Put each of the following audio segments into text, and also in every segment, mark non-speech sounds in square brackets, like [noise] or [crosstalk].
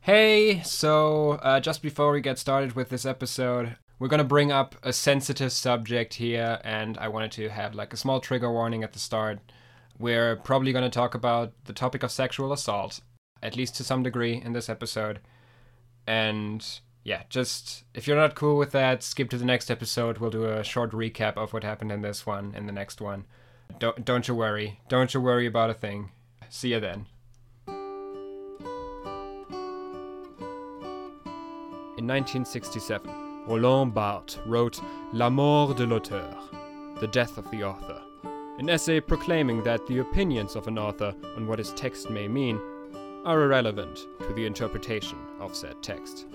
Hey, so uh, just before we get started with this episode, we're going to bring up a sensitive subject here, and I wanted to have like a small trigger warning at the start. We're probably going to talk about the topic of sexual assault, at least to some degree, in this episode. And yeah, just if you're not cool with that, skip to the next episode. We'll do a short recap of what happened in this one and the next one. Don't, don't you worry. Don't you worry about a thing. See you then. In 1967, Roland Barthes wrote La mort de l'auteur, The Death of the Author, an essay proclaiming that the opinions of an author on what his text may mean are irrelevant to the interpretation of said text.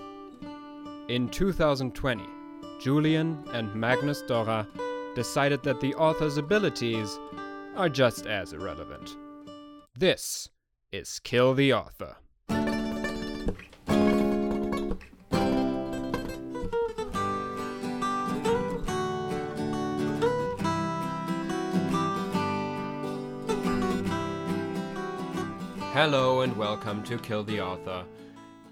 In 2020, Julian and Magnus Dora decided that the author's abilities are just as irrelevant. This is Kill the Author. Hello and welcome to Kill the Author,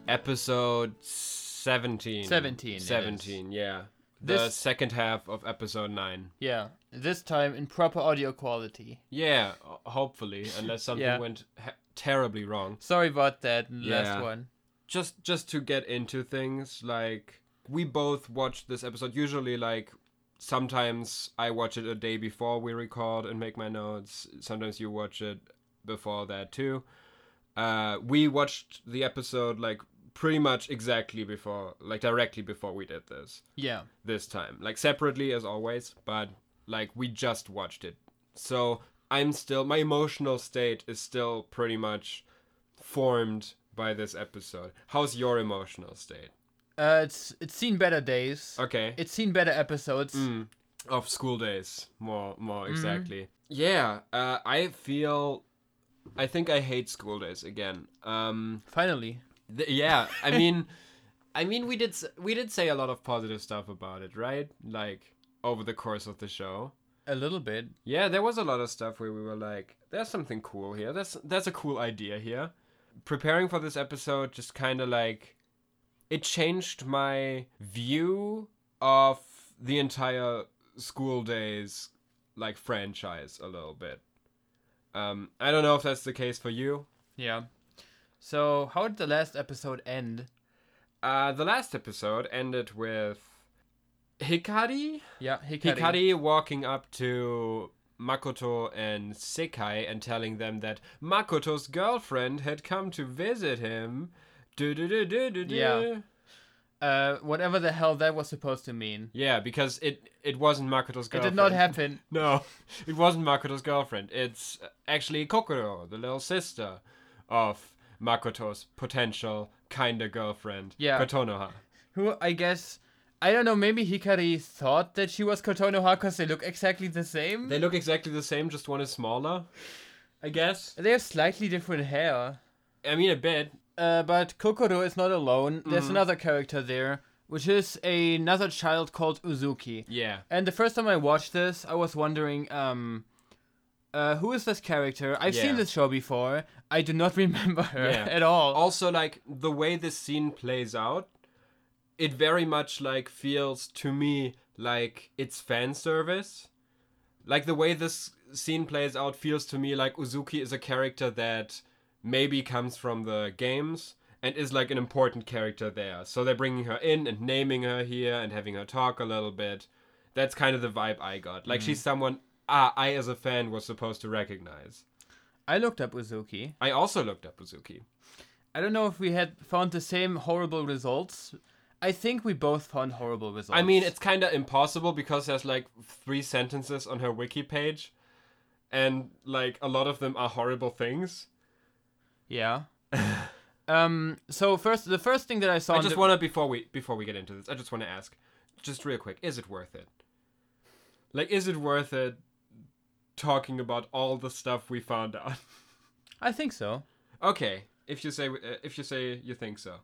episode 17. 17 it is. 17, yeah. The This- second half of episode 9. Yeah, this time in proper audio quality. Yeah, ho- hopefully, [laughs] unless something Yeah. went ha- terribly wrong. Sorry about that Yeah. last one. Just just to get into things, like we both watched this episode. Usually, like sometimes I watch it a day before we record and make my notes. Sometimes you watch it before that too. Uh, we watched the episode like pretty much exactly before, like directly before we did this Yeah, this time. Like separately as always, but like we just watched it. So I'm still my emotional state is still pretty much formed by this episode. How's your emotional state? uh, it's it's seen better days. Okay. It's seen better episodes. Mm, of school days, more more exactly. Yeah, uh, I feel I think I hate school days again. Um Finally, th- yeah, I mean I mean we did s- we did say a lot of positive stuff about it, right? Like over the course of the show. a little bit. Yeah, there was a lot of stuff where we were like, there's something cool here. That's that's a cool idea here. Preparing for this episode just kind of like it changed my view of the entire school days like franchise a little bit. Um I don't know if that's the case for you. Yeah. So how did the last episode end? Uh the last episode ended with Hikari Yeah, Hikari. Hikari walking up to Makoto and Sekai and telling them that Makoto's girlfriend had come to visit him. Du-du-du-du-du-du. Yeah. Uh, whatever the hell that was supposed to mean. Yeah, because it it wasn't Makoto's It girlfriend. did not happen. No, [laughs] it wasn't Makoto's girlfriend. It's uh, actually Kokoro, the little sister of Makoto's potential kinda girlfriend, Yeah. Kotonoha. Who I guess I don't know. Maybe Hikari thought that she was Kotonoha because they look exactly the same. They look exactly the same, just one is smaller, I guess. they have slightly different hair. I mean, a bit. Uh, but Kokoro is not alone. There's Mm. another character there, which is another child called Uzuki. Yeah. And the first time I watched this, I was wondering, um, uh, who is this character? I've Yeah. seen this show before. I do not [laughs] remember her Yeah. at all. also like the way this scene plays out it very much like feels to me like it's fan service like the way this scene plays out feels to me like uzuki is a character that maybe comes from the games and is like an important character there so they're bringing her in and naming her here and having her talk a little bit that's kind of the vibe i got like she's someone ah, i as a fan was supposed to recognize I looked up Uzuki. i also looked up uzuki I don't know if we had found the same horrible results. I think we both found horrible results. I mean, it's kind of impossible because there's like three sentences on her wiki page, and like a lot of them are horrible things. [laughs] yeah. um. So first, the first thing that I saw. I on just the- want to before we before we get into this, I just want to ask, just real quick, is it worth it? Like, is it worth it talking about all the stuff we found out? [laughs] I think so. okay, if you say uh, if you say you think so,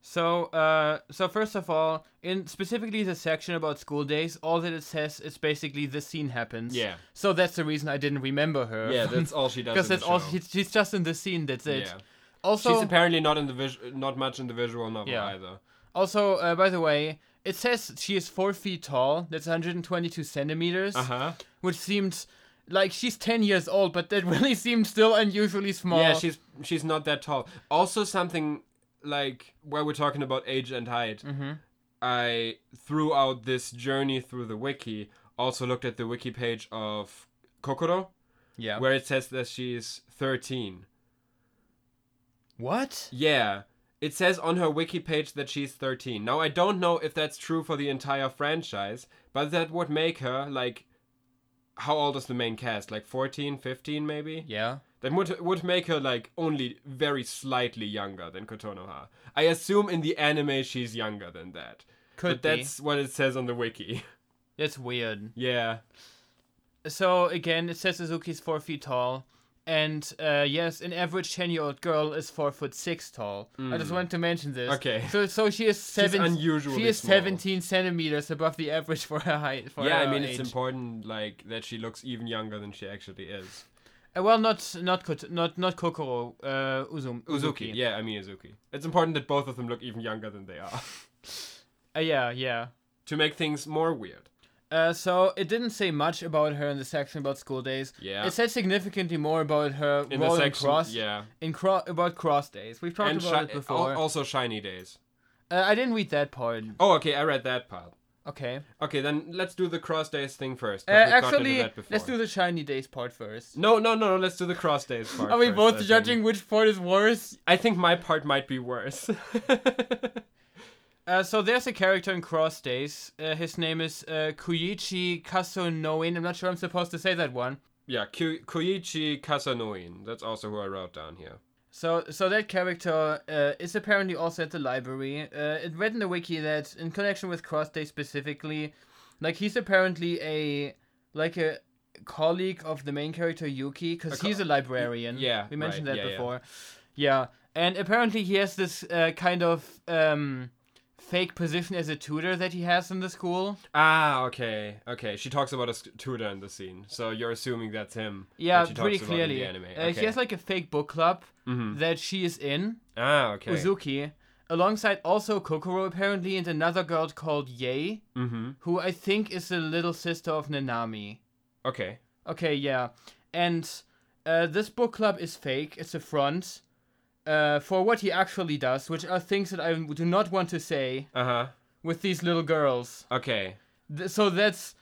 So, uh, so first of all, in specifically the section about school days, all that it says is basically this scene happens. Yeah. So that's the reason I didn't remember her. [laughs] yeah, that's all she does. [laughs] because in the that's all show. she, she's just in the scene. That's it. Yeah. Also, She's apparently not in the vis- not much in the visual novel Yeah. either. also uh, by the way, it says she is four feet tall. That's 122 centimeters, Uh huh. which seems like she's 10 years old, but that [laughs] really seems still unusually small. Yeah, she's she's not that tall. Also, something like while we're talking about age and height, I threw out this journey through the wiki. Also looked at the wiki page of Kokoro, yeah. where it says that she's thirteen. what? Yeah. It says on her wiki page that she's 13. Now, I don't know if that's true for the entire franchise, but that would make her, like, how old is the main cast? Like 14, 15, maybe? Yeah. That would, would make her, like, only very slightly younger than Kotonoha. I assume in the anime she's younger than that. but Could that's what it says on the wiki. [laughs] be. That's weird. yeah. So again, it says Suzuki's four feet tall, and uh, yes, an average ten-year-old girl is four foot six tall. I just wanted to mention this. Hmm. Okay. So so she is seven. unusually She is small. seventeen centimeters above the average for her height. For yeah, her I mean, age. it's important, like, that she looks even younger than she actually is. Uh, well, not not Kot- not not Kokoro. Uh, Uzum, Uzuki. Uzuki. Yeah, I mean, Uzuki. It's important that both of them look even younger than they are. [laughs] Uh, yeah. Yeah. to make things more weird. Uh, so it didn't say much about her in the section about school days. Yeah. It said significantly more about her In the role in section, cross yeah, in cro- about cross days. We've talked and uh, oh, about shi- it al- before. also shiny days. uh, I didn't read that part. Oh, okay, I read that part. Okay. Okay, then let's do the cross days thing first. 'cause Uh, we've gotten into actually, that before. let's do the shiny days part first. No, no, no, no. Let's do the cross days part. Are we first, I both think. judging which part [laughs] is worse? I think my part might be worse. [laughs] Uh, so there's a character in Cross Days. Uh, his name is uh, Kuichi Kasunoin. I'm not sure I'm supposed to say that one. yeah, Ku- Koichi Kasanoin. That's also who I wrote down here. So, so that character uh, is apparently also at the library. Uh, it read in the wiki that in connection with Cross Day specifically, like he's apparently a like a colleague of the main character Yuki because co- he's a librarian. yeah, we mentioned right, that yeah, yeah. before. Yeah. and apparently he has this uh, kind of um, fake position as a tutor that he has in the school. Ah, okay, okay. She talks about a s- tutor in the scene, so you're assuming that's him. that Yeah, she talks pretty about in clearly. the anime. Uh, Okay. Mm-hmm. Hmm. he has like a fake book club that she is in. ah, okay. Uzuki, alongside also Kokoro apparently, and another girl called Yei, mm-hmm. who I think is the little sister of Nanami. Okay. Okay, yeah. And uh, this book club is fake, it's a front uh, for what he actually does, which are things that I do not want to say Uh huh. with these little girls. Okay. Th- so that's.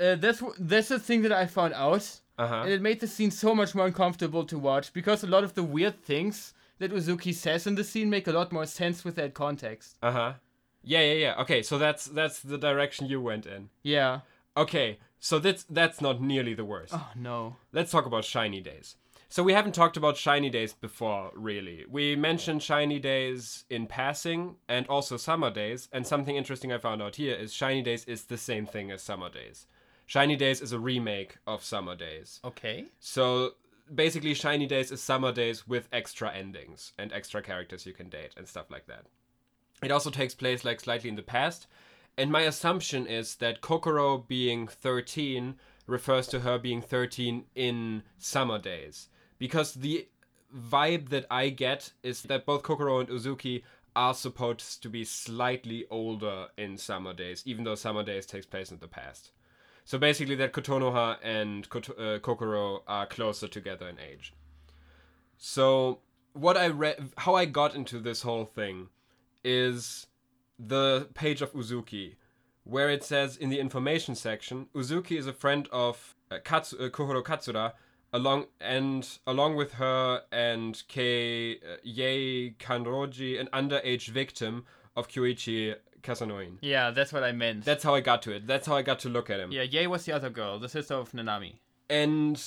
Uh, that's wh- that's the thing that I found out, Uh huh. and it made the scene so much more uncomfortable to watch because a lot of the weird things that Uzuki says in the scene make a lot more sense with that context. Uh huh. Yeah, yeah, yeah. Okay, so that's that's the direction you went in. Yeah. Okay, so that's that's not nearly the worst. Oh no. Let's talk about shiny days. So we haven't talked about shiny days before, really. We mentioned shiny days in passing, and also summer days. And something interesting I found out here is shiny days is the same thing as summer days. Shiny days is a remake of summer days. Okay. So basically, Shiny Days is summer days with extra endings and extra characters you can date and stuff like that. It also takes place like slightly in the past. And my assumption is that Kokoro being 13 refers to her being 13 in summer days. Because the vibe that I get is that both Kokoro and Uzuki are supposed to be slightly older in summer days, even though summer days takes place in the past. So basically, that Kotonoha and Kot- uh, Kokoro are closer together in age. So what I read, how I got into this whole thing, is the page of Uzuki, where it says in the information section, Uzuki is a friend of uh, Katsu- uh, Kohoro Katsura, along and along with her and Kei uh, Yei Kanroji, an underage victim of Kyuichi Kasanoin. Yeah, that's what I meant. That's how I got to it. That's how I got to look at him yeah, Yei was the other girl, the sister of Nanami. and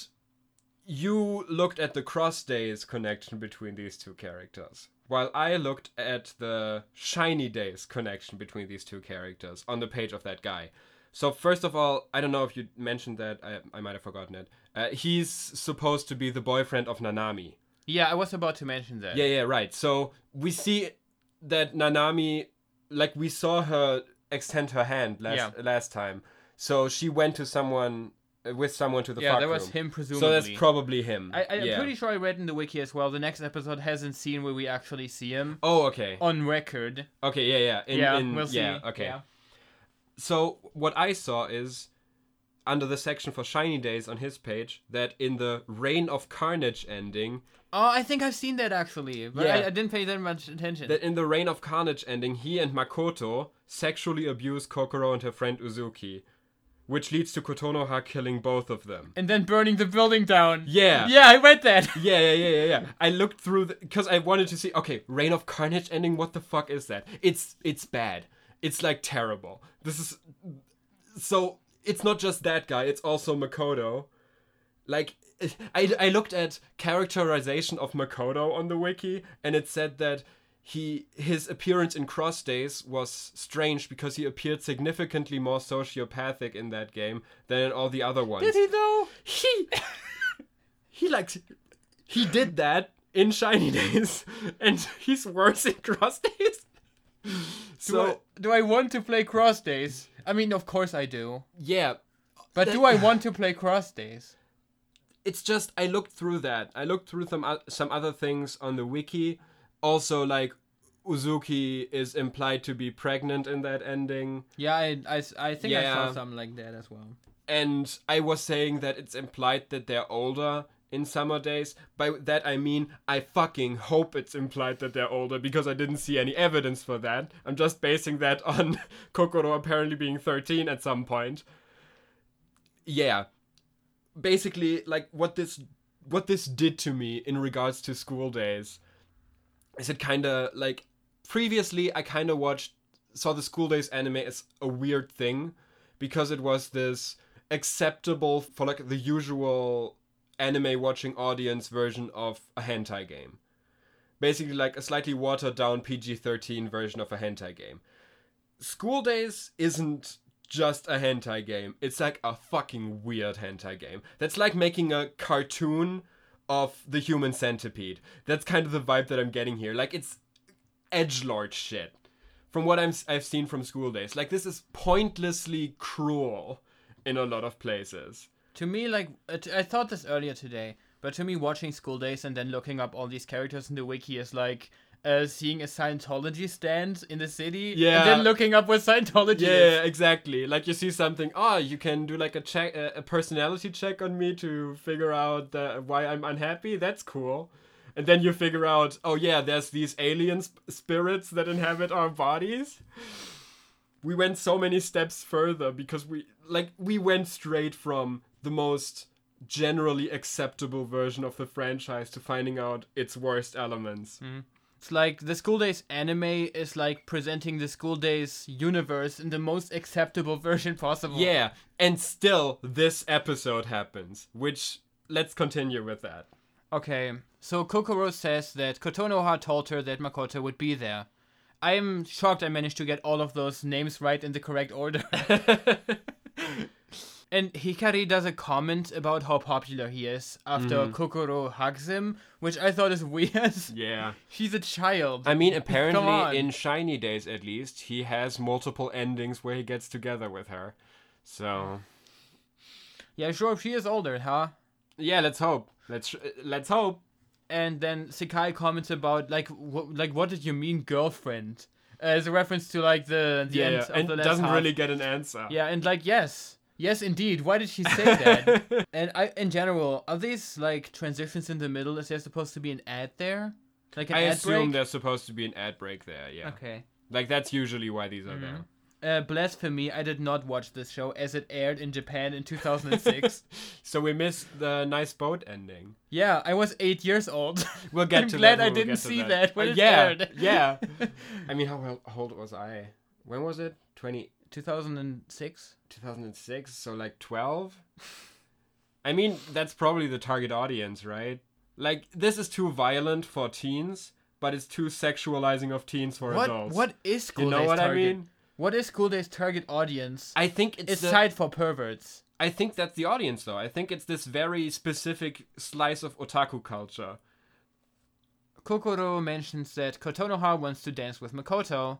you looked at the cross days connection between these two characters while i looked at the shiny days connection between these two characters on the page of that guy so first of all i don't know if you mentioned that i, I might have forgotten it uh, he's supposed to be the boyfriend of nanami Yeah, I was about to mention that. yeah, yeah, right. So we see that Nanami, like we saw her extend her hand last last time. So she went to someone uh, with someone to the yeah, fuck that was room. him presumably. So that's probably him. I, I, am yeah. pretty sure I read in the wiki as well. The next episode has not seen where we actually see him Oh, okay. on record. Okay, yeah, yeah. In, yeah, in- we'll see. Yeah, okay. Yeah. So what I saw is under the section for shiny days on his page that in the Reign of Carnage ending, Oh, I think I've seen that actually, but Yeah. I, I didn't pay that much attention. that in the Reign of Carnage ending, he and Makoto sexually abuse Kokoro and her friend Uzuki, which leads to Kotonoha killing both of them. and then burning the building down. Yeah. Yeah, I read [laughs] that. [laughs] Yeah, yeah, yeah, yeah, yeah. I looked through because I wanted to see. Okay, Reign of Carnage ending. What the fuck is that? It's it's bad. It's like terrible. This is so. It's not just that guy. It's also Makoto. Like [sighs] I I looked at characterization of Makoto on the wiki, and it said that he his appearance in Cross Days was strange because he appeared significantly more sociopathic in that game than in all the other ones [laughs] Did he though? he he like he did that in shiny days and he's worse in cross days Do so I- do I want to play Cross Days? I mean, of course I do. yeah But [laughs] do I want to play Cross Days? it's just i looked through that i looked through some, o- some other things on the wiki also like uzuki is implied to be pregnant in that ending Yeah, I, I, s- I think I Yeah. saw something like that as well. and I was saying that it's implied that they're older in summer days. By that I mean I fucking hope it's implied that they're older because I didn't see any evidence for that. I'm just basing that [laughs] on Kokoro apparently being 13 at some point. Yeah. Basically like what this what this did to me in regards to school days is it kind of like previously I kind of watched saw the school days anime as a weird thing because it was this acceptable for like the usual anime watching audience version of a hentai game. Basically like a slightly watered down PG-13 version of a hentai game. School Days isn't just a hentai game. It's like a fucking weird hentai game. That's like making a cartoon of the human centipede. That's kind of the vibe that I'm getting here. Like it's edgelord shit from what I'm, I've seen from school days. Like, this is pointlessly cruel in a lot of places. To me, like, it, I thought this earlier today, but to me, watching School Days and then looking up all these characters in the wiki is like uh, seeing a Scientology stand in the city Yeah. and then looking up what Scientology is. Yeah, exactly. Like, you see something, oh, you can do like a check, a a personality check on me to figure out uh, why I'm unhappy. That's cool. And then you figure out, oh, yeah, there's these alien sp- spirits that inhabit our bodies. We went so many steps further because we, like, we went straight from the most generally acceptable version of the franchise to finding out its worst elements. It's like the School Days anime is like presenting the School Days universe in the most acceptable [laughs] version possible. Yeah, and still this episode happens, which let's continue with that. Okay, so Kokoro says that Kotonoha told her that Makoto would be there. I am shocked I managed to get all of those names right in the [laughs] correct order. and Hikari does a comment about how popular he is after Mm-hmm. Kokoro hugs him, which I thought is [laughs] weird. Yeah. She's a child. I mean, Come on. apparently in Shiny Days at least, he has multiple endings where he gets together with her. So, yeah, sure, she is older, huh? yeah, let's hope. Let's sh- let's hope. and then Sekai comments about like wh- like what did you mean girlfriend Uh, as a reference to like the the end yeah, of and the last doesn't half. really get an answer. [laughs] yeah and like yes yes indeed why did she [laughs] say that and I in general are these like transitions in the middle is there supposed to be an ad there like an I ad assume break there's supposed to be an ad break there. Yeah. okay Like that's usually why these are there. uh, blasphemy I did not watch this show as it aired in Japan [laughs] in 2006 So we missed the nice boat ending. yeah I was eight years old [laughs] We'll get I'm to glad that. I when we didn't get to see that that when Uh, it yeah, aired. [laughs] [laughs] yeah. I mean, how well- how old was I? When was it? 20, 2006 2006, so like 12? I mean, that's probably the target audience, right? Like, this is too violent for teens, but it's too sexualizing of teens for what adults. what is school You know days what target? I mean? what is school days target audience I think it's, It's the- tied for perverts. I think that's the audience, though. I think it's this very specific slice of otaku culture. Kokoro mentions that Kotonoha wants to dance with Makoto,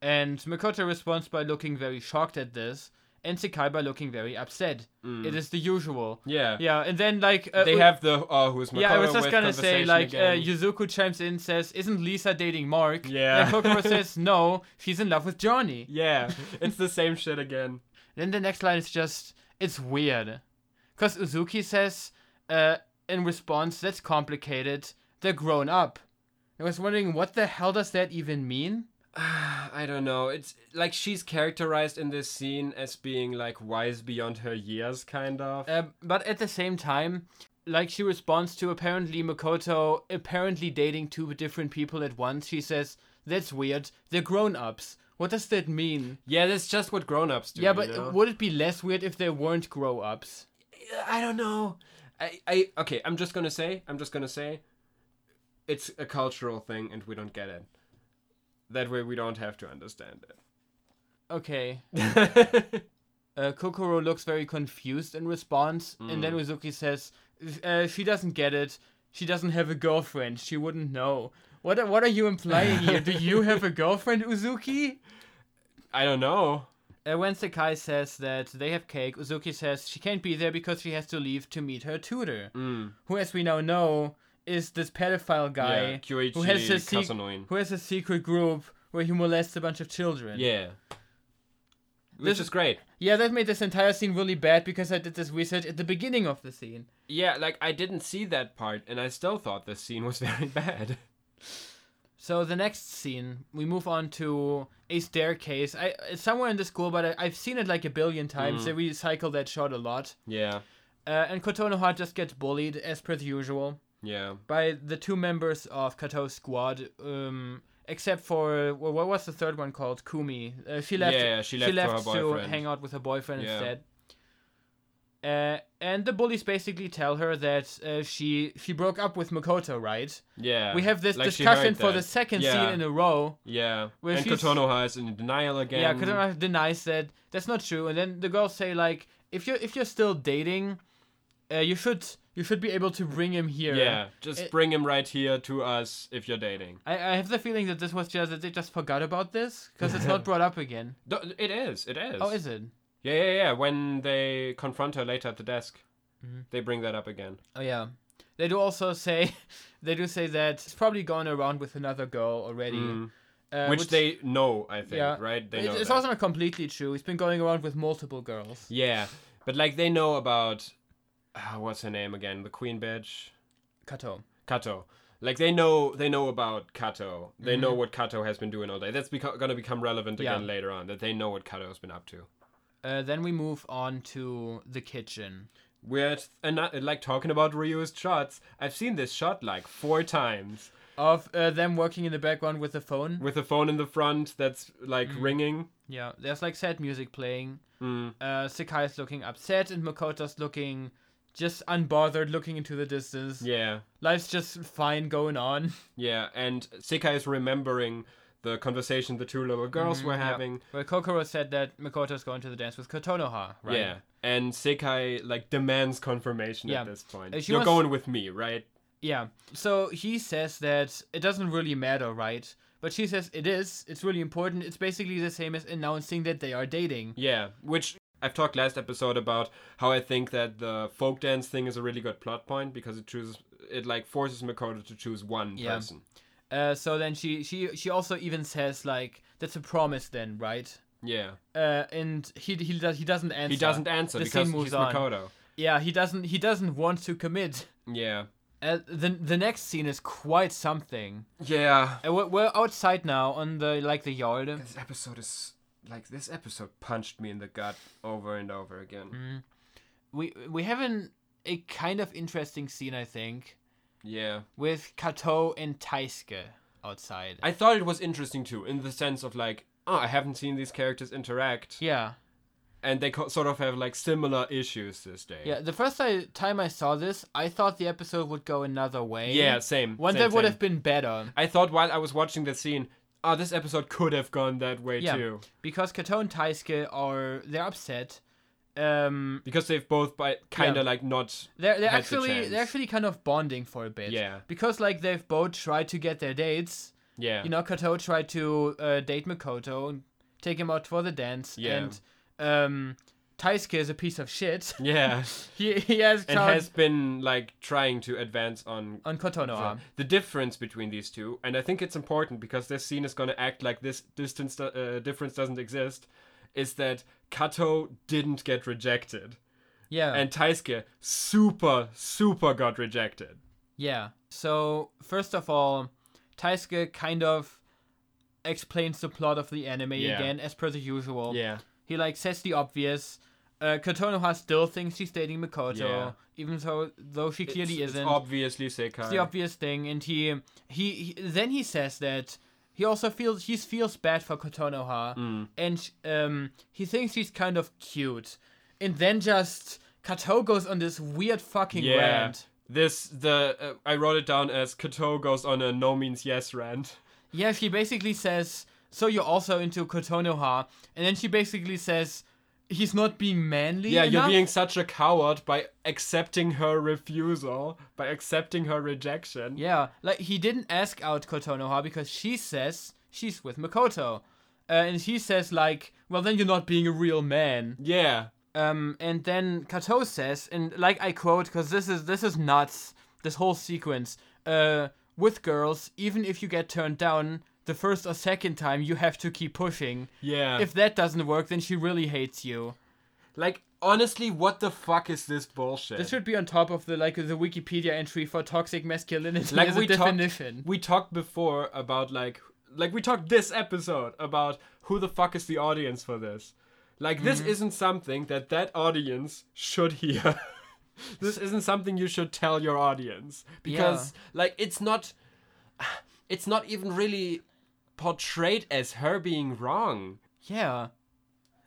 and Makoto responds by looking very shocked at this, and Sekaiba looking very upset. It is the usual. Yeah. Yeah, and then like uh, Mm. They U- have the oh, who's Makoro Yeah, I was just with gonna say conversation like uh, again. Yuzuku chimes in, says, "Isn't Lisa dating Mark?" Yeah. [laughs] and Kokoro says, "No, she's in love with Johnny." yeah, it's the same shit again. Then the next line is just, it's weird, because Uzuki says, uh, in response, "That's complicated. They're grown up." I was wondering what the hell does that even mean? I don't know. It's like she's characterized in this scene as being like wise beyond her years, kind of. Uh, but at the same time, like she responds to apparently Makoto apparently dating two different people at once, she says, That's weird, they're grown ups. What does that mean? yeah, that's just what grown-ups do. yeah, you but know? would it be less weird if they weren't grow ups? I don't know. I, I okay. I'm just gonna say. I'm just gonna say. It's a cultural thing, and we don't get it. That way, we don't have to understand [laughs] Okay. it. Uh, Kokoro looks very confused in response, and Hmm. then Uzuki says, uh, She doesn't get it. She doesn't have a girlfriend. She wouldn't know. What are, what are you implying here? Do you have a girlfriend, Uzuki? I don't know. Uh, when Sakai says that they have cake, Uzuki says she can't be there because she has to leave to meet her tutor, Hmm. who, as we now know, is this pedophile Yeah, guy Kyoichi who has a sec- Kasanoin. who has a secret group where he molests a bunch of children. Yeah. Which This- is great. yeah, that made this entire scene really bad because I did this research at the beginning of the scene. Yeah, like I didn't see that part, and I still thought this scene was [laughs] very bad. So the next scene, we move on to a staircase. I it's somewhere in the school, but I, I've seen it like a billion times. They recycle that shot a lot. Yeah. Uh, and Kotonoha just gets bullied as per the usual. Yeah. by the two members of Kato's squad, um, except for well, what was the third one called? Kumi. Uh, she left. Yeah, she left for her to boyfriend. hang out with her boyfriend Yeah. instead. Uh, and the bullies basically tell her that uh, she she broke up with Makoto, right? Yeah. We have this Like, she discussion heard for that. the second Yeah. scene in a row. Yeah. Where and she's- Kotonoha is in denial again. Yeah, Kotonoha denies that that's not true, and then the girls say like, if you're if you're still dating, uh, you should you should be able to bring him here. Yeah. Just It- bring him right here to us if you're dating. I, I have the feeling that this was just that they just forgot about this because it's [laughs] not brought up again. Do- It is. It is. Oh, is it? Yeah, yeah, yeah. When they confront her later at the desk, Mm-hmm. they bring that up again. Oh yeah. They do also say, [laughs] they do say that it's probably gone around with another girl already, uh, Mm. Which, they know, I think, yeah, right? They It- know. it's that. also not completely true. He's been going around with multiple girls. Yeah. But, like, they know about. ah, what's her name again? The queen bitch? Kato. Kato. Like they know, they know about Kato. They know what Kato has been doing all day. That's beco- gonna become relevant Mm-hmm. Yeah. again later on. That they know what Kato has been up to. Uh, then we move on to the kitchen. We're at and uh, like talking about reused shots. I've seen this shot like four times Of uh, them working in the background with the phone. with a phone in the front that's like Mm. ringing. Yeah, there's like sad music playing. Mm. Uh, Sakai is looking upset and Makoto's looking just unbothered, looking into the distance. Yeah. Life's just fine going on. [laughs] Yeah, and Seika is remembering the conversation the two little Mm-hmm. girls were having. Well, Kokoro said that Makoto's going to the dance with Kotonoha, right? Yeah. And Sekai like demands confirmation Yeah. at this point. Uh, she You're wants- going with me, right? Yeah. So he says that it doesn't really matter, right? But she says it is. It's really important. It's basically the same as announcing that they are dating. Yeah. Which I've talked last episode about how I think that the folk dance thing is a really good plot point because it chooses it like forces Makoto to choose one Yeah. person. Uh, so then she she she also even says like that's a promise then, right? Yeah. Uh, and he he does he doesn't answer. He doesn't answer The because scene moves he's on. Makoto. Yeah, he doesn't he doesn't want to commit. Yeah. Uh, the the next scene is quite something. Yeah. Uh, we're, we're outside now on the like the yard. This episode is like this episode punched me in the gut over and over again. Mm. we we have an, a kind of interesting scene, I think, Yeah. with Kato and Taisuke outside. I thought it was interesting too, in the sense of like, oh, I haven't seen these characters interact, yeah, and they co- sort of have like similar issues this day. yeah. The first I, time I saw this, I thought the episode would go another way. Yeah, same. one same, that would same. have been better. I thought while I was watching the scene, oh, this episode could have gone that way Yeah, too, because Kato and Taisuke are they're upset. Um, because they've both by kind Yeah. of like not. they're they're Had the actually chance. they're actually kind of bonding for a bit. Yeah. because like they've both tried to get their dates. Yeah. you know, Kato tried to uh, date Makoto and take him out for the dance, Yeah. and um, Taisuke is a piece of shit. [laughs] Yeah. He he has and clout has been like trying to advance on on Kotonoha. the difference between these two, and I think it's important because this scene is going to act like this distance do- uh, difference doesn't exist. Is that Kato didn't get rejected, Yeah. and Taisuke super super got rejected. Yeah. So first of all, Taisuke kind of explains the plot of the anime Yeah. again, as per the usual. Yeah, He like says the obvious. Uh, Kotonoha still thinks she's dating Mikoto, Yeah. even though though she clearly It's- it's isn't. obviously Sekai. It's the obvious thing, and he, he he then he says that he also feels he feels bad for Kotonoha, Mm. and sh- um he thinks she's kind of cute, and then just Kato goes on this weird fucking yeah. rant. This the uh, I wrote it down as Kato goes on a no means yes rant. Yeah, she basically says, "So you're also into Kotonoha," and then she basically says, "He's not being manly." Yeah, you're enough?" being such a coward by accepting her refusal, by accepting her rejection. Yeah, like he didn't ask out Kotonoha because she says she's with Makoto, uh, and he says like, "Well, then you're not being a real man." Yeah. Um, and then Kato says, and like I quote, because this is this is nuts. This whole sequence. Uh, with girls, even if you get turned down the first or second time, you have to keep pushing. Yeah. If that doesn't work, then she really hates you. like honestly, what the fuck is this bullshit? This should be on top of the like the Wikipedia entry for toxic masculinity like as a we definition. talked we talked before about like like we talked this episode about who the fuck is the audience for this. Like this Mm-hmm. isn't something that that audience should hear. [laughs] this isn't something you should tell your audience because like it's not it's not even really portrayed as her being wrong. yeah.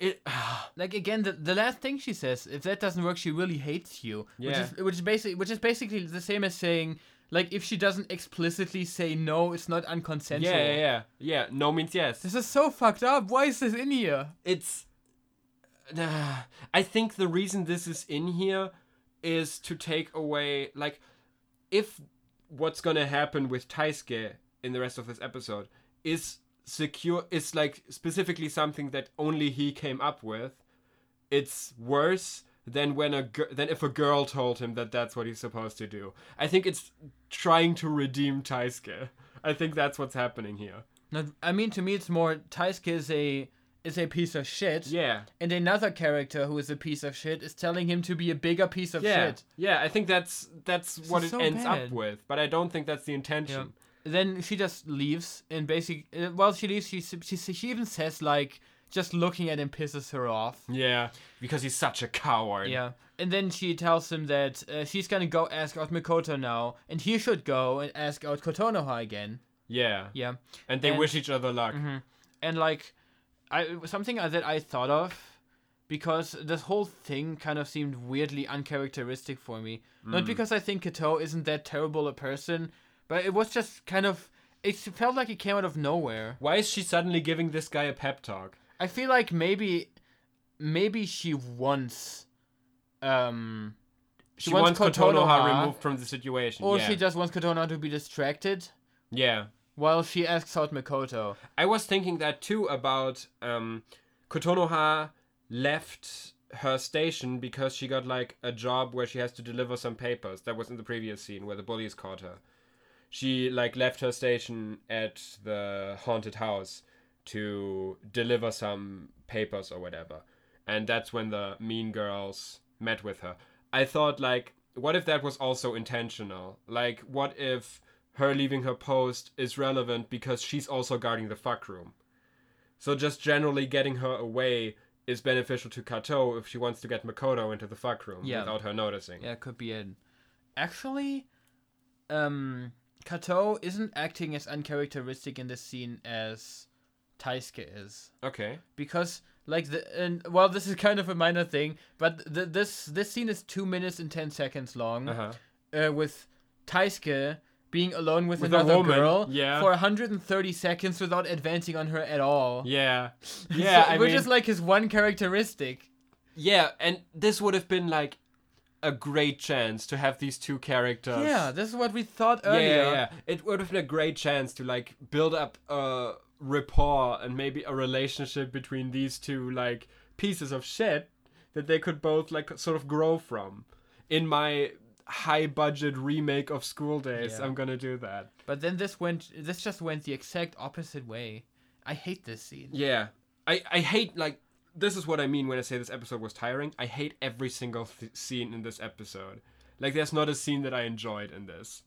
It [sighs] Like again, the, the last thing she says, if that doesn't work, she really hates you. Yeah. Which is which is basically which is basically the same as saying like if she doesn't explicitly say no, it's not unconsensual. yeah, yeah, yeah. Yeah, no means yes. This is so fucked up. Why is this in here? it's [sighs] Nah, i think the reason this is in here is to take away like if what's gonna happen with taisuke in the rest of this episode is secure is like specifically something that only he came up with it's worse than when a gir- than if a girl told him that that's what he's supposed to do i think it's trying to redeem taisuke i think that's what's happening here No, I mean to me, it's more Taisuke is a is a piece of shit. yeah And another character who is a piece of shit is telling him to be a bigger piece of Yeah, shit. yeah. I think that's that's what is it so ends bad. up with, but I don't think that's the intention. Then she just leaves, and basically, uh, while she leaves, she, s- she s- she even says like, just looking at him pisses her off. Yeah, because he's such a coward. Yeah. And then she tells him that uh, she's gonna go ask out Mikoto now, and he should go and ask out Kotonoha again. yeah. Yeah. And they And- Mm-hmm. wish each other luck. and like I something that I thought of because this whole thing kind of seemed weirdly uncharacteristic for me. Not because I think Kato isn't that terrible a person, but it was just kind of it felt like it came out of nowhere. Why is she suddenly giving this guy a pep talk? I feel like maybe maybe she wants um She, wants wants, Kotonoha. Kotonoha removed from the situation. or yeah. she just wants Katona to be distracted yeah. while she asks out Mikoto. I was thinking that too about um, Kotonoha left her station because she got like a job where she has to deliver some papers. That was in the previous scene where the bullies caught her. She like left her station at the haunted house to deliver some papers or whatever. And that's when the mean girls met with her. I thought like what if that was also intentional? Like what if her leaving her post is relevant because she's also guarding the fuck room. So just generally getting her away is beneficial to Kato if she wants to get Makoto into the fuck room Yeah. without her noticing. Yeah, it could be it. Actually, um, Kato isn't acting as uncharacteristic in this scene as Taisuke is Okay. because like the and well, this is kind of a minor thing, but the, this this scene is two minutes and ten seconds long, Uh-huh. uh, with Taisuke being alone with, With a another woman, girl yeah. for 130 seconds without advancing on her at all. Yeah. [laughs] Yeah, I which mean, is like his one characteristic. yeah, and this would have been like a great chance to have these two characters. Yeah, this is what we thought Yeah, earlier. yeah, yeah. It would have been a great chance to like build up a rapport and maybe a relationship between these two like pieces of shit that they could both like sort of grow from. In my high budget remake of School Days, Yeah. I'm gonna do that. But then this went. This just went the exact opposite way. I hate this scene. Yeah, I I hate like this is what I mean when I say this episode was tiring. I hate every single th- scene in this episode. Like there's not a scene that I enjoyed in this.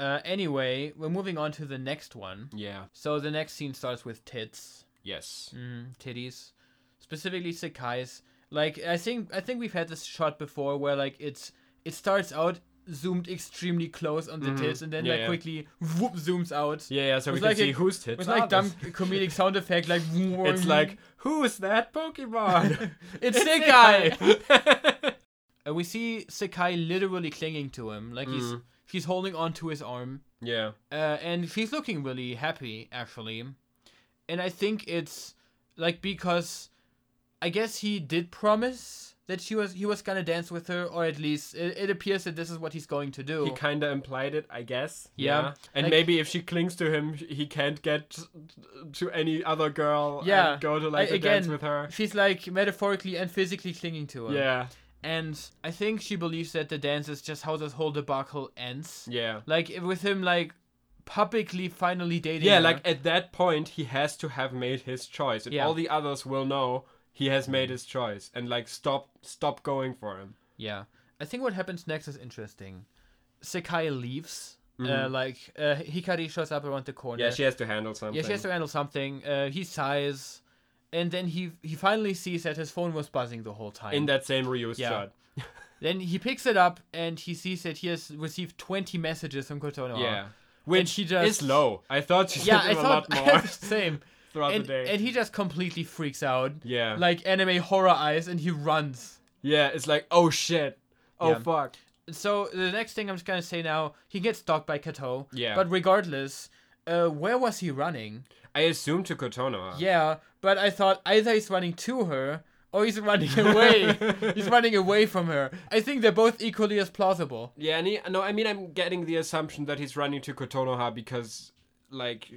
Uh, anyway, we're moving on to the next one. Yeah. So the next scene starts with tits, Yes. mm, titties, specifically Sakai's. Like I think I think we've had this shot before where like it's it starts out zoomed extremely close on the tits and then Yeah, like Mm-hmm. yeah. quickly whoop zooms out. Yeah, yeah. So It we was can like see a- whose tits. With are like dumb this. [laughs] comedic sound effect, like [laughs] It's like who's that [laughs] Pokemon? [laughs] it's Sekai. Sekai. [laughs] And we see Sekai literally clinging to him, like he's Mm. he's holding on to his arm, yeah. uh, and she's looking really happy actually. And I think it's like because I guess he did promise that she was he was gonna dance with her, or at least it, it appears that this is what he's going to do. He kind of implied it, I guess. Yeah. And Like- maybe if she clings to him, he can't get to any other girl. Yeah. And go to like I- a dance again, with her. She's like metaphorically and physically clinging to him. Yeah. And I think she believes that the dance is just how this whole debacle ends. Yeah. Like if- with him like publicly finally dating. Yeah, her. like at that point, he has to have made his choice, and Yeah. all the others will know he has made his choice, and like stop, stop going for him. Yeah, I think what happens next is interesting. Sekai leaves. Uh, Mhm. like uh, Hikari shows up around the corner. Yeah, she has to handle something. Yeah, she has to handle something. Uh, he sighs, and then he he finally sees that his phone was buzzing the whole time. in that same reused Yeah. shot. then he picks it up and he sees that he has received twenty messages from Kotonoha. Yeah, Uh-huh. which she just- is low. I thought she yeah, sent I him thought a [laughs] lot more same. [laughs] throughout And, the day. and he just completely freaks out, yeah, like anime horror eyes, and he runs. yeah, it's like oh shit, oh Yeah. fuck. so the next thing I'm just gonna say now, he gets stalked by Kato. Yeah. But regardless, uh, where was he running? I assumed to Kotonoha. Yeah, but I thought either he's running to her or he's running [laughs] away. he's running away from her. I think they're both equally as plausible. Yeah, and he, no, I mean, I'm getting the assumption that he's running to Kotonoha because, like,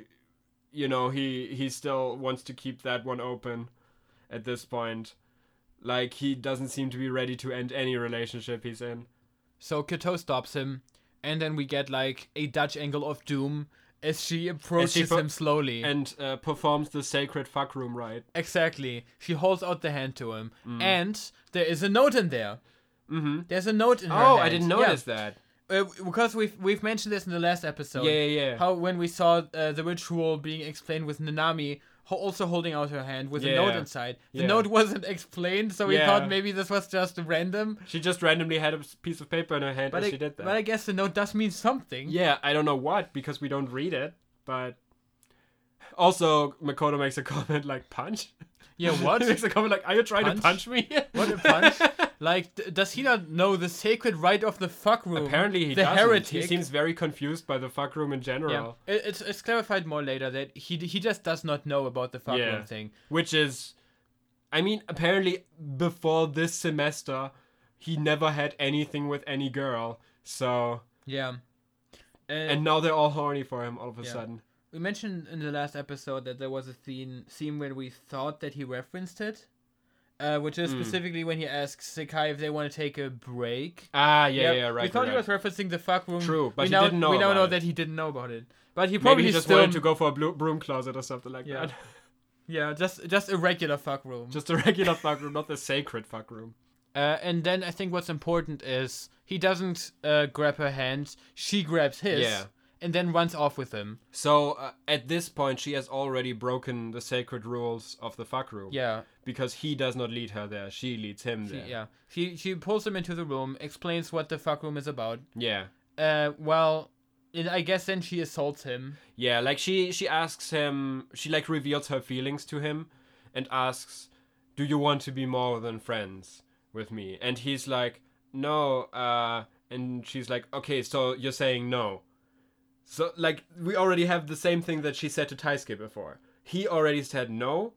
you know, he he still wants to keep that one open at this point. Like, he doesn't seem to be ready to end any relationship he's in. So Kato stops him, and then we get like a Dutch angle of doom as she approaches fo- him slowly. And uh, performs the sacred fuck room rite. exactly. She holds out the hand to him, Mm. and there is a note in there. Mm-hmm. There's a note in her Oh, I hand. didn't Yeah. notice that. uh, because we've we've mentioned this in the last episode. Yeah, yeah, yeah. How when we saw uh, the ritual being explained with Nanami, ho- also holding out her hand with a Yeah. note inside. The Yeah. note wasn't explained, so we Yeah. thought maybe this was just random. She just randomly had a s- piece of paper in her hand But as I, she did that. but I guess the note does mean something. Yeah, I don't know what because we don't read it, but. Also, Makoto makes a [laughs] comment like punch. Yeah, He what? [laughs] makes a comment like, "Are you trying to Punch? punch [laughs] me?" what a punch! [laughs] like, d- does he not know the sacred rite of the fuck room? Apparently he the doesn't. heretic. He seems very confused by the fuck room in general, yeah, It- it's it's clarified more later that he d- he just does not know about the fuck Yeah. room thing. which is, I mean, apparently before this semester, he never had anything with any girl. So Yeah, and now they're all horny for him all of a Yeah. sudden. We mentioned in the last episode that there was a scene, scene where we thought that he referenced it, uh, which Hmm. is specifically when he asks Sekai if they want to take a break. Ah, yeah, yeah, right. We thought right. he was referencing the fuck room. True, but we he now, didn't know We now about know it. that he didn't know about it, but he Maybe probably he just still wanted to go for a blo- broom closet or something like Yeah. that. [laughs] yeah, just just a regular fuck room. Just a regular fuck room, not the sacred fuck room. uh, and then I think what's important is he doesn't uh, grab her hand; she grabs his, Yeah. and then runs off with him. So uh, at this point, she has already broken the sacred rules of the fuck room. Yeah, Because he does not lead her there; she leads him there. yeah. She she pulls him into the room, explains what the fuck room is about, yeah. Uh, well, and I guess then she assaults him. Yeah, like she she asks him, she like reveals her feelings to him and asks, "Do you want to be more than friends with me?" And he's like, "No." Uh and she's like, "Okay, so you're saying no." So like we already have the same thing that she said to Taisuke before. He already said no,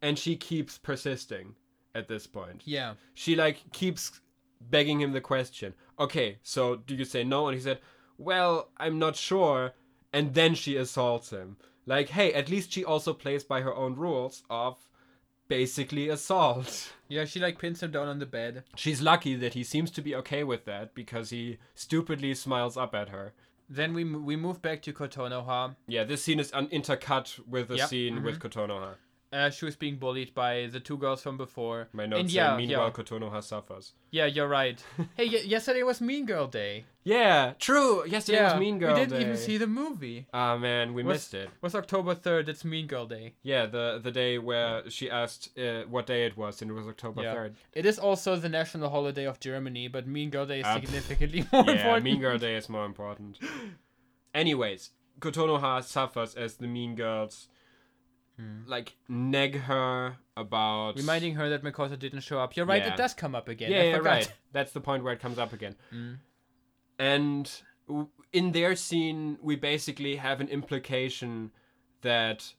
and she keeps persisting at this point Yeah. she like keeps begging him the question okay so do you say no and he said well i'm not sure and then she assaults him like hey at least she also plays by her own rules of basically assault. [laughs] Yeah, she like pins him down on the bed. She's lucky that he seems to be okay with that because he stupidly smiles up at her. Then we mo- we move back to Kotonoha. Yeah, this scene is un- intercut with the Yep. scene with Kotonoha. Uh, she was being bullied by the two girls from before. My notes and say, yeah, meanwhile, yeah, Kotonoha suffers. yeah, you're [laughs] right. hey, y- yesterday was Mean Girl Day. Yeah, true. Yesterday yeah, was Mean Girl We didn't even Day. see the movie. Ah man, we Was- missed it. Was October third? It's Mean Girl Day. Yeah, the the day where she asked uh, what day it was, and it was October Yeah. third. It is also the national holiday of Germany, but Mean Girl Day is Ah, pff. significantly [laughs] more yeah, important. Mean Girl Day is more [laughs] important. Anyways, Kotonoha suffers as the Mean Girls like neg her about Hmm. Reminding her that Makoto didn't show up. You're right. Yeah. It does come up again. Yeah, I yeah, forgot. Mm. right. That's the point where it comes up again. And w- in their scene, we basically have an implication that,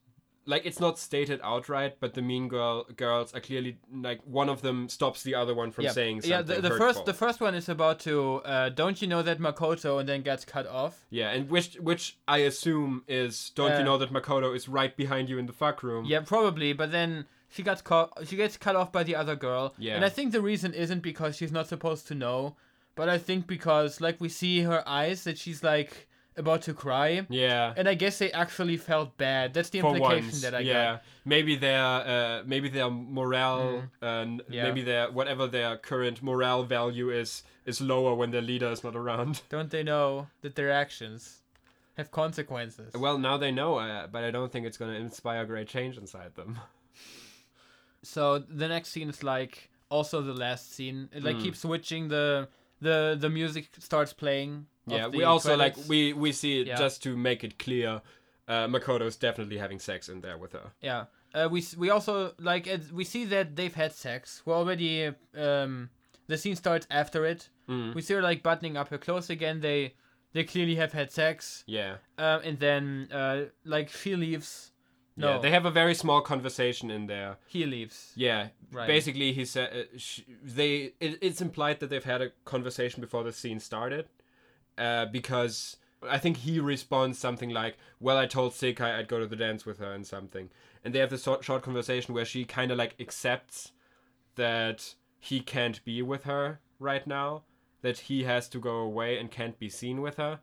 like, it's not stated outright, but the mean girl girls are clearly like one of them stops the other one from yeah. saying something. yeah. The, the hurtful. first, the first one is about to. Uh, don't you know that Makoto? And then gets cut off. Yeah, and which which I assume is don't Uh, you know that Makoto is right behind you in the fuck room? Yeah, probably. But then she gets caught. She gets cut off by the other girl. Yeah. And I think the reason isn't because she's not supposed to know, but I think because like we see her eyes that she's like about to cry. Yeah. And I guess they actually felt bad. That's the for implication once, that I yeah. got. Maybe their uh, maybe their morale and Mm-hmm. Yeah. maybe their whatever their current morale value is is lower when their leader is not around. [laughs] Don't they know that their actions have consequences? Well, now they know, uh, but I don't think it's going to inspire great change inside them. So the next scene is like also the last scene. It Hmm. like keeps switching. The the the music starts playing. of Yeah, the we also credits. like we we see it Yeah. just to make it clear. Uh, Makoto's definitely having sex in there with her. Yeah. Uh, we s- we also like it, we see that they've had sex. We're already um the scene starts after it. Hmm. We see her like buttoning up her clothes again. They they clearly have had sex. Yeah. Um and then uh like she leaves. No, Yeah, they have a very small conversation in there. he leaves. Yeah, Right. basically he said uh, sh- they. It, it's implied that they've had a conversation before the scene started, uh, because I think he responds something like, "Well, I told Sekai I'd go to the dance with her and something," and they have this short, short conversation where she kind of like accepts that he can't be with her right now, that he has to go away and can't be seen with her,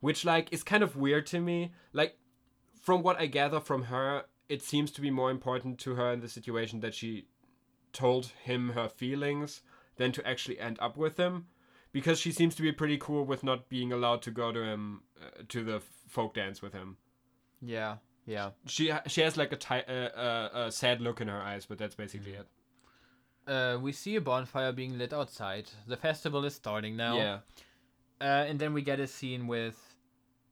which like is kind of weird to me. Like from what I gather from her, it seems to be more important to her in the situation that she told him her feelings than to actually end up with him because she seems to be pretty cool with not being allowed to go to him uh, to the folk dance with him. Yeah. Yeah. She she has like a ti- uh, uh, uh, sad look in her eyes, but that's basically it. Uh, we see a bonfire being lit outside. The festival is starting now. Yeah. Uh, and then we get a scene with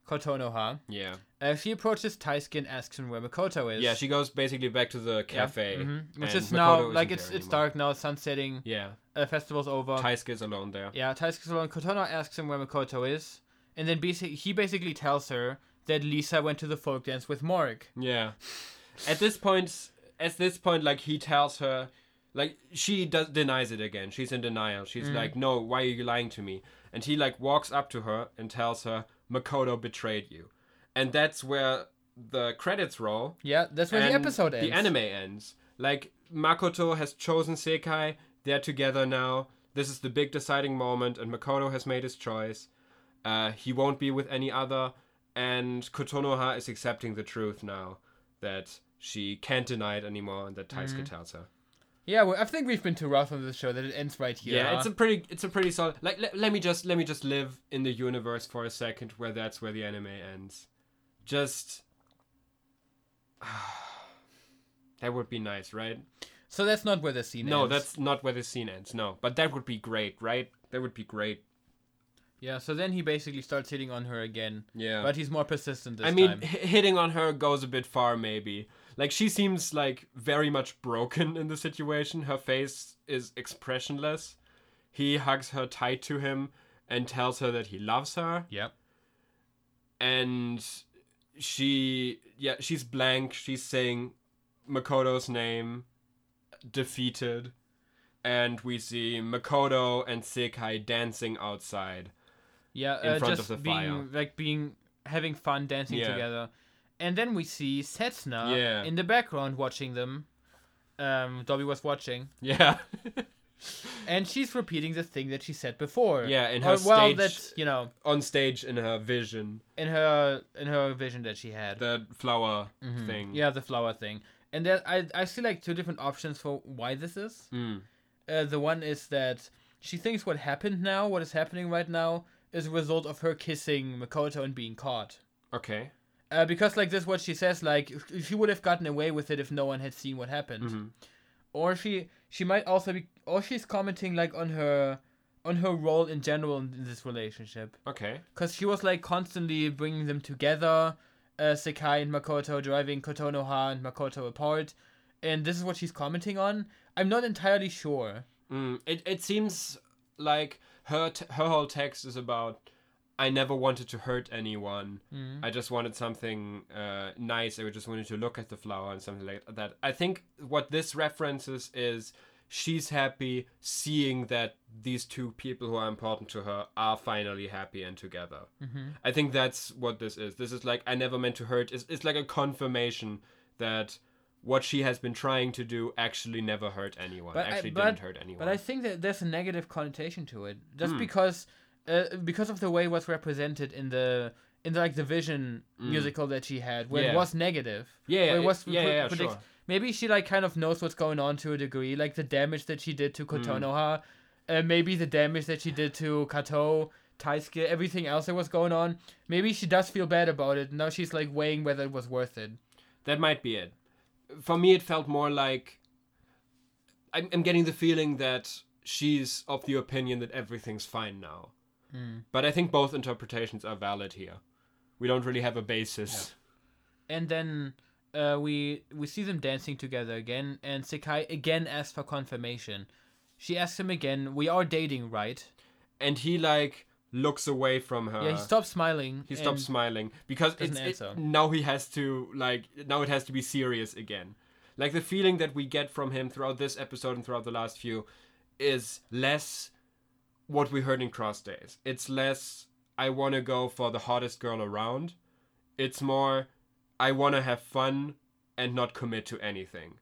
Kotonoha. Yeah. Uh, she approaches Taisuke and asks him where Makoto is. Yeah, she goes basically back to the Yeah. cafe. Mhm. Which and is now Makoto like isn't it's there it's anymore. dark now. Sun's setting. Yeah. Uh, festival's over. Taisuke is alone there. yeah, Taisuke's alone. Kotono asks him where Makoto is, and then basi- he basically tells her that Lisa went to the folk dance with Morg. Yeah. At this point, at this point, like he tells her, like she does denies it again. She's in denial. She's like, "No, why are you lying to me?" And he like walks up to her and tells her, "Makoto betrayed you," and that's where the credits roll. Yeah, that's where the and episode ends. The anime ends. Like Makoto has chosen Sekai. They're together now. This is the big deciding moment, and Makoto has made his choice. Uh, he won't be with any other, and Kotonoha is accepting the truth now that she can't deny it anymore, and that Taisuke Mm-hmm. tells her. Yeah, well, I think we've been too rough on this show that it ends right here. Yeah, it's a pretty, it's a pretty solid. Like, le- let me just, let me just live in the universe for a second, where that's where the anime ends. Just, [sighs] that would be nice, right? so that's not where the scene No, ends. that's not where the scene ends. No, but that would be great, right? That would be great. yeah. So then he basically starts hitting on her again, Yeah. but he's more persistent this I mean, time. hi hitting on her goes a bit far, maybe. Like she seems like very much broken in the situation. Her face is expressionless. He hugs her tight to him and tells her that he loves her. Yep. And she, yeah, she's blank. She's saying Makoto's name, defeated. And we see Makoto and Sekai dancing outside. Yeah, in uh, front of just the being fire. like being having fun dancing Yeah. together, and then we see Setsuna Yeah. in the background watching them, um, Dobby was watching, Yeah. and she's repeating the thing that she said before. Yeah, in Or, her well, stage- that you know, [laughs] On stage in her vision, in her in her vision that she had. the flower thing. yeah, the flower thing. And then I I see like two different options for why this is. Mm. Uh, the one is that she thinks what happened now, what is happening right now, is a result of her kissing Makoto and being caught. Okay. Uh, because like this, what she says, like she would have gotten away with it if no one had seen what happened, or she she might also be, or she's commenting like on her on her role in general in this relationship, Okay. because she was like constantly bringing them together, uh, Sekai and Makoto driving Kotonoha and Makoto apart, and this is what she's commenting on. I'm not entirely sure. Mm. It it seems like her t- her whole text is about I never wanted to hurt anyone. Mm. I just wanted something uh, nice. I just wanted to look at the flower and something like that. I think what this references is she's happy seeing that these two people who are important to her are finally happy and together. Mm-hmm. I think that's what this is. This is like I never meant to hurt. It's, it's like a confirmation that what she has been trying to do actually never hurt anyone. But I- actually but- didn't hurt anyone. But I think that there's a negative connotation to it, just Hmm. because uh, because of the way it was represented in the in the, like the Vision musical that she had, where Mm. Yeah. it was negative. Yeah, where yeah, it was yeah, pre- yeah, yeah, predict- sure. Maybe she like kind of knows what's going on to a degree, like the damage that she did to Hmm. Kotonoha, uh, maybe the damage that she did to Kato. Taisuke, everything else that was going on, maybe she does feel bad about it. Now she's like weighing whether it was worth it. That might be it. For me, it felt more like I'm, I'm getting the feeling that she's of the opinion that everything's fine now. Hmm. But I think both interpretations are valid here. We don't really have a basis. and then uh, we we see them dancing together again, and Sekai again asks for confirmation. She asks him again, "We are dating, right?" And he like looks away from her. yeah, he stops smiling. Uh, He stops and- smiling because it's, it- answer. now he has to like now it has to be serious again. Like the feeling that we get from him throughout this episode and throughout the last few is less what we heard in Cross Days. It's less I want to go for the hottest girl around. It's more I want to have fun and not commit to anything.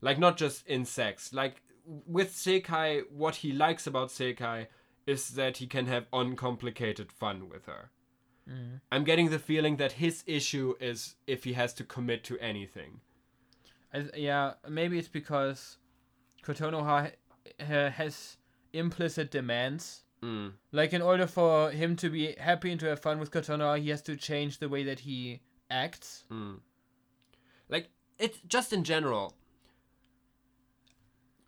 Like not just in sex. Like with Sekai what he likes about Sekai is that he can have uncomplicated fun with her. I'm getting the feeling that his issue is if he has to commit to anything. I th- yeah, maybe it's because Kotonoha ha- has implicit demands. Mm. Like in order for him to be happy and to have fun with Kotonoha, he has to change the way that he acts. Hmm. Like it's just in general.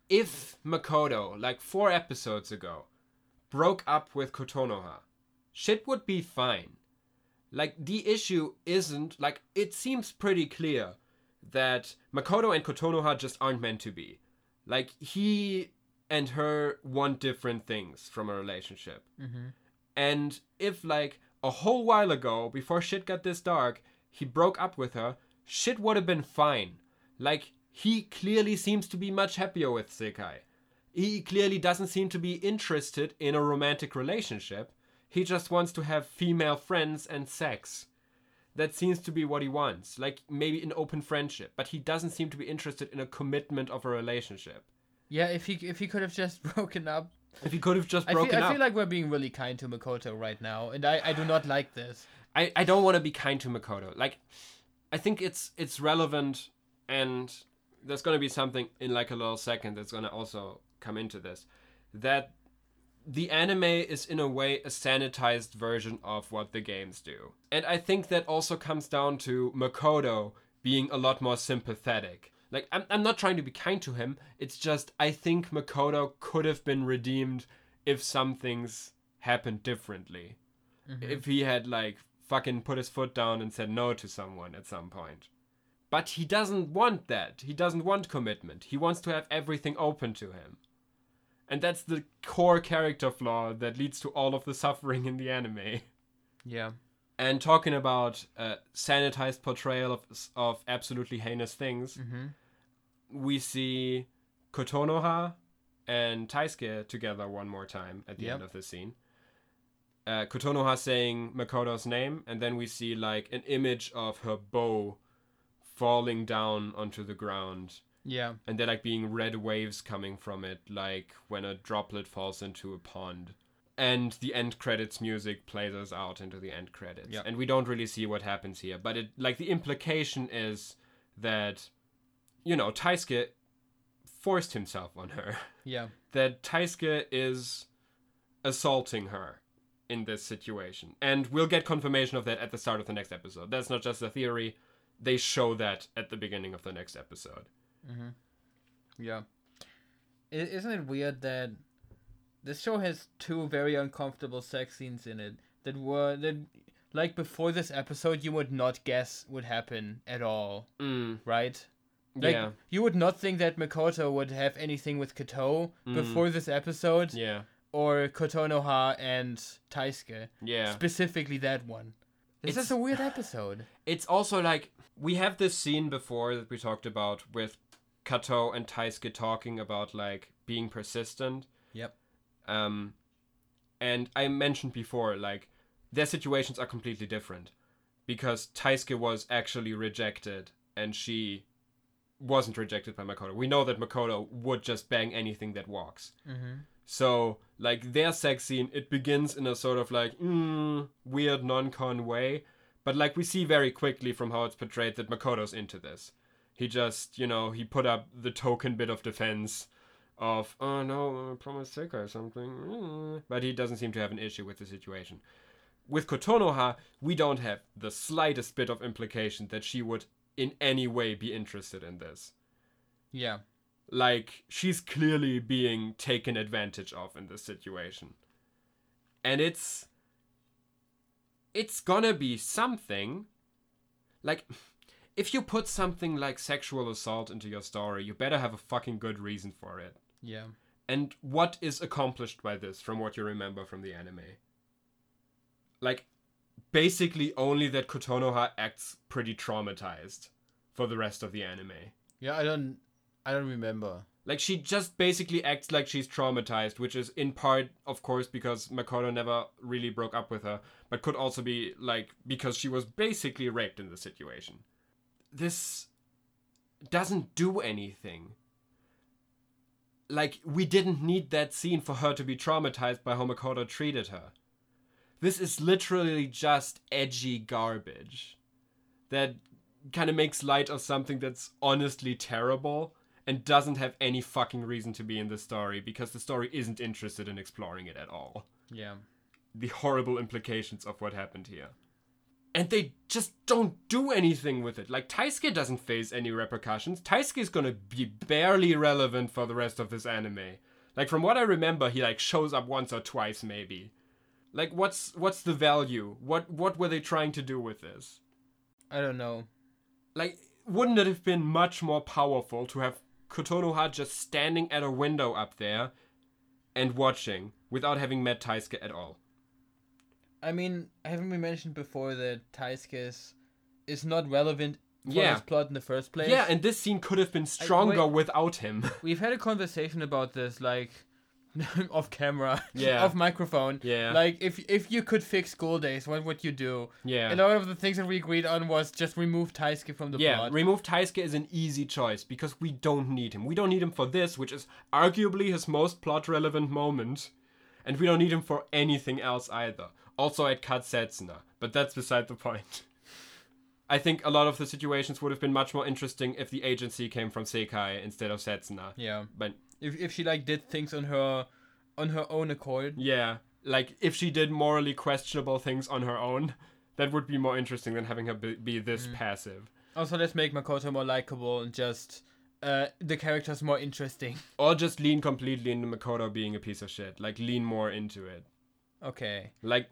If Makoto, like four episodes ago, broke up with Kotonoha, shit would be fine. Like the issue isn't like it seems pretty clear that Makoto and Kotonoha just aren't meant to be. Like he and her want different things from a relationship. And if like a whole while ago, before shit got this dark, he broke up with her, shit would have been fine. Like he clearly seems to be much happier with Sekai. He clearly doesn't seem to be interested in a romantic relationship. He just wants to have female friends and sex. That seems to be what he wants, like maybe an open friendship, but he doesn't seem to be interested in a commitment of a relationship. Yeah, if he if he could have just [laughs] broken up. If he could have just I feel, broken up. I feel like we're being really kind to Makoto right now, and I, I do not like this. I, I don't want to be kind to Makoto. Like, I think it's it's relevant, and there's gonna be something in like a little second that's gonna also come into this, that the anime is in a way a sanitized version of what the games do, and I think that also comes down to Makoto being a lot more sympathetic. Like, I'm I'm not trying to be kind to him. It's just I think Makoto could have been redeemed if some things happened differently if he had like fucking put his foot down and said no to someone at some point. But he doesn't want that. He doesn't want commitment. He wants to have everything open to him. And that's the core character flaw that leads to all of the suffering in the anime. [laughs] Yeah. And talking about uh, sanitized portrayal of, of absolutely heinous things, we see Kotonoha and Taisuke together one more time at the Yep. end of the scene. Uh, Kotonoha saying Makoto's name, and then we see like an image of her bow falling down onto the ground. Yeah. and they're like being red waves coming from it, like when a droplet falls into a pond. And the end credits music plays us out into the end credits, Yeah. and we don't really see what happens here. But it like the implication is that, you know, Taisuke forced himself on her. [laughs] Yeah. That Taisuke is assaulting her in this situation, and we'll get confirmation of that at the start of the next episode. That's not just a theory; they show that at the beginning of the next episode. Yeah. I- isn't it weird that this show has two very uncomfortable sex scenes in it that were that like before this episode you would not guess would happen at all, Mm. right? Like, yeah. You would not think that Makoto would have anything with Kato before this episode, Mm. Yeah. or Kotonoha and Taisuke. Yeah. Specifically that one. This It's- is a weird episode. It's also like we have this scene before that we talked about with Kato and Taisuke talking about like being persistent. Yep. Um and I mentioned before like their situations are completely different because Taisuke was actually rejected and she wasn't rejected by Makoto. We know that Makoto would just bang anything that walks. Mm-hmm. So, like their sex scene, it begins in a sort of like mm, weird non-con way, but like we see very quickly from how it's portrayed that Makoto's into this. He just, you know, he put up the token bit of defense of oh no, I promised Seika or something, mm," but he doesn't seem to have an issue with the situation. With Kotonoha, we don't have the slightest bit of implication that she would in any way be interested in this Yeah. like she's clearly being taken advantage of in this situation and it's it's gonna be something like if you put something like sexual assault into your story you better have a fucking good reason for it Yeah. and what is accomplished by this from what you remember from the anime like basically only that kotonoha acts pretty traumatized for the rest of the anime Yeah, I don't I don't remember. like she just basically acts like she's traumatized, which is in part, of course, because Makoto never really broke up with her, but could also be like because she was basically raped in the situation. This doesn't do anything. Like we didn't need that scene for her to be traumatized by how Makoto treated her. This is literally just edgy garbage that kind of makes light of something that's honestly terrible and doesn't have any fucking reason to be in the story because the story isn't interested in exploring it at all. Yeah. The horrible implications of what happened here. And they just don't do anything with it. Like Taisuke doesn't face any repercussions. Taisuke is gonna be barely relevant for the rest of this anime. Like from what I remember, he like shows up once or twice maybe. Like what's what's the value? What what were they trying to do with this? I don't know. like wouldn't it have been much more powerful to have Kotonoha just standing at a window up there and watching without having met Taisuke at all? I mean, haven't we mentioned before that Taisuke is, is not relevant for Yeah. this plot in the first place? Yeah, and this scene could have been stronger without him. [laughs] we've had a conversation about this, like [laughs] off camera, Yeah. [laughs] off microphone. Yeah. Like if if you could fix school days, what would you do? Yeah. And one of the things that we agreed on was just remove Taisuke from the yeah, plot. remove Taisuke is an easy choice because we don't need him. We don't need him for this, which is arguably his most plot relevant moment, and we don't need him for anything else either. Also, I'd cut Setsuna, but that's beside the point. [laughs] I think a lot of the situations would have been much more interesting if the agency came from Sekai instead of Setsuna. yeah. But If if she like did things on her on her own accord. yeah, like if she did morally questionable things on her own, that would be more interesting than having her be, be this passive. Also, let's make Makoto more likable and just uh the characters more interesting. [laughs] Or just lean completely into Makoto being a piece of shit. Like, lean more into it. Okay. Like,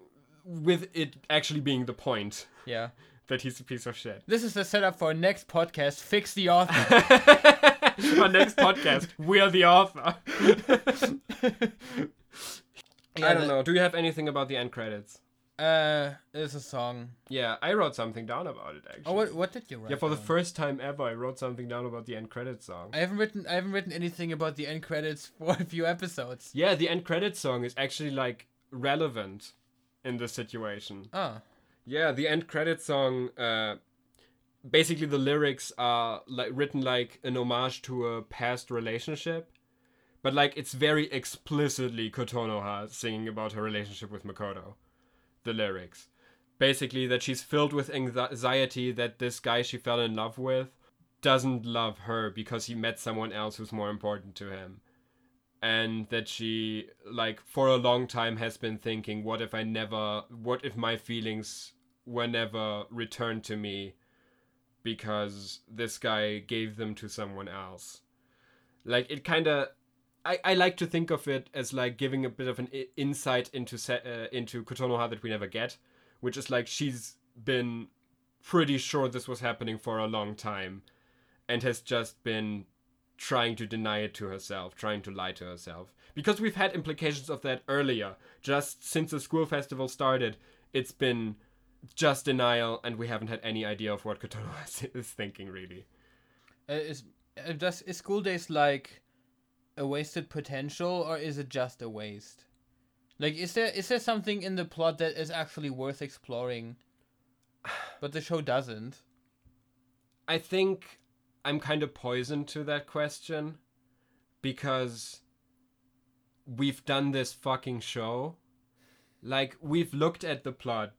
with it actually being the point [laughs] Yeah. that he's a piece of shit. [laughs] This is the setup for next podcast. Fix the author. Our next podcast, we're the author. [laughs] I don't know. Do you have anything about the end credits? Uh, there's a song. Yeah, I wrote something down about it Oh, actually. what what did you write? yeah, for the down? first time ever, I wrote something down about the end credits song. I haven't written I haven't written anything about the end credits [laughs] for a few episodes. Yeah, the end credits song is actually like relevant in this situation. Ah, Yeah, the end credit song uh, basically the lyrics are like written like an homage to a past relationship but like it's very explicitly kotonoha singing about her relationship with makoto the lyrics basically that she's filled with anxiety that this guy she fell in love with doesn't love her because he met someone else who's more important to him and that she like for a long time has been thinking what if i never what if my feelings were never returned to me because this guy gave them to someone else like it kind of I, I like to think of it as like giving a bit of an I- insight into se- uh, into Kotonoha that we never get, which is like she's been pretty sure this was happening for a long time, and has just been trying to deny it to herself, trying to lie to herself. Because we've had implications of that earlier. Just since the school festival started, it's been just denial, and we haven't had any idea of what Kotonoha is- [laughs] is thinking, really. Uh, is uh, does is school days like a wasted potential, or is it just a waste? Like, is there is there something in the plot that is actually worth exploring, [sighs] but the show doesn't? I think I'm kind of poisoned to that question because we've done this fucking show. Like, we've looked at the plot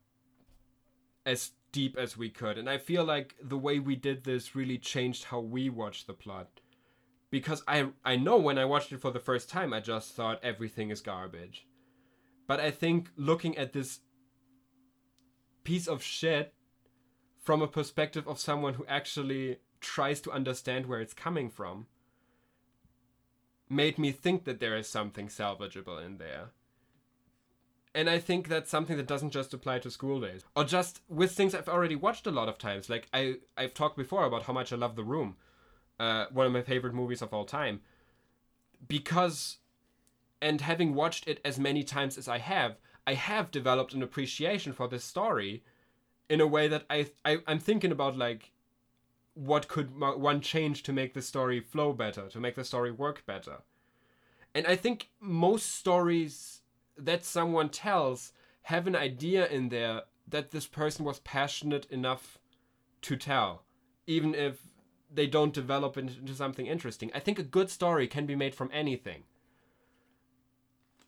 as deep as we could. And I feel like the way we did this really changed how we watch the plot. Because I, I know when I watched it for the first time, I just thought everything is garbage. But I think looking at this piece of shit from a perspective of someone who actually tries to understand where it's coming from made me think that there is something salvageable in there. And I think that's something that doesn't just apply to school days or just with things I've already watched a lot of times. Like I I've talked before about how much I love The Room, uh, one of my favorite movies of all time, because and having watched it as many times as I have, I have developed an appreciation for this story in a way that I, I I'm thinking about like what could mo- one change to make the story flow better, to make the story work better. And I think most stories that someone tells have an idea in there that this person was passionate enough to tell, even if they don't develop it into something interesting. I think a good story can be made from anything.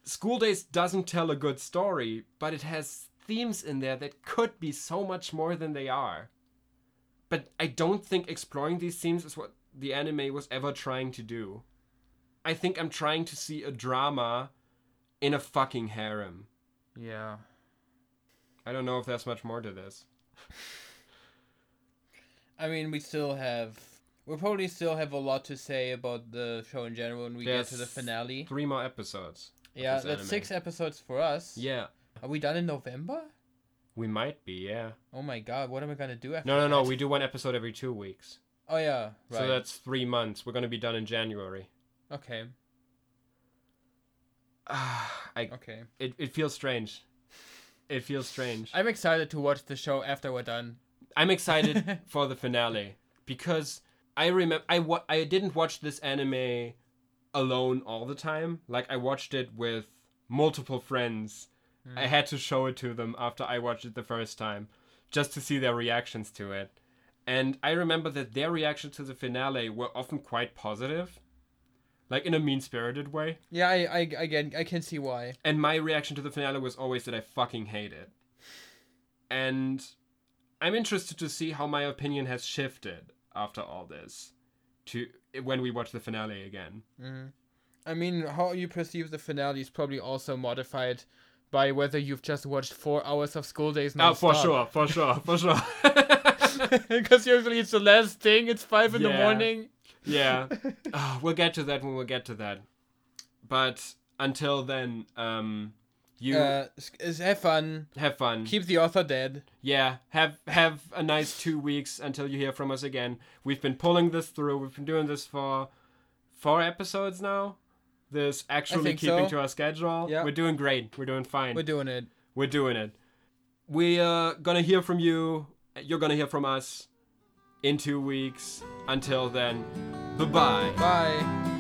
School Days doesn't tell a good story, but it has themes in there that could be so much more than they are. But I don't think exploring these themes is what the anime was ever trying to do. I think I'm trying to see a drama in a fucking harem. Yeah. I don't know if there's much more to this. I mean, we still have. We probably still have a lot to say about the show in general when we get to the There's finale. Three more episodes. of yeah, this that's anime. six episodes for us. Yeah, Are we done in November? we might be, yeah. Oh my god, what am I gonna do after? No, no, no, that? we do one episode every two weeks. Oh yeah, right. So that's three months. We're going to be done in January. Okay, Ah, I, okay. it, it feels strange. It feels strange. I'm excited to watch the show after we're done. I'm excited for the finale because I remember I wa- I didn't watch this anime alone all the time. Like I watched it with multiple friends. I had to show it to them after I watched it the first time just to see their reactions to it. And I remember that their reactions to the finale were often quite positive. Like in a mean-spirited way. Yeah, I, I, again, I can see why. And my reaction to the finale was always that I fucking hate it. And I'm interested to see how my opinion has shifted after all this to when we watch the finale again. I mean, how you perceive the finale is probably also modified by whether you've just watched four hours of school days. Oh, for sure, for sure, for sure. [laughs] [laughs] Because usually it's the last thing. It's five in the Yeah. morning. [laughs] yeah. Ah, we'll get to that when we'll get to that. But until then, um you Mm. Uh, s- is- have fun. have fun. Keep the author dead. yeah have have a nice two weeks until you hear from us again we've been pulling this through we've been doing this for four episodes now this actually think keeping so. to our schedule Yeah. we're doing great we're doing fine We're doing it. we're doing it we're gonna hear from you you're gonna hear from us in two weeks until then bye-bye Bye.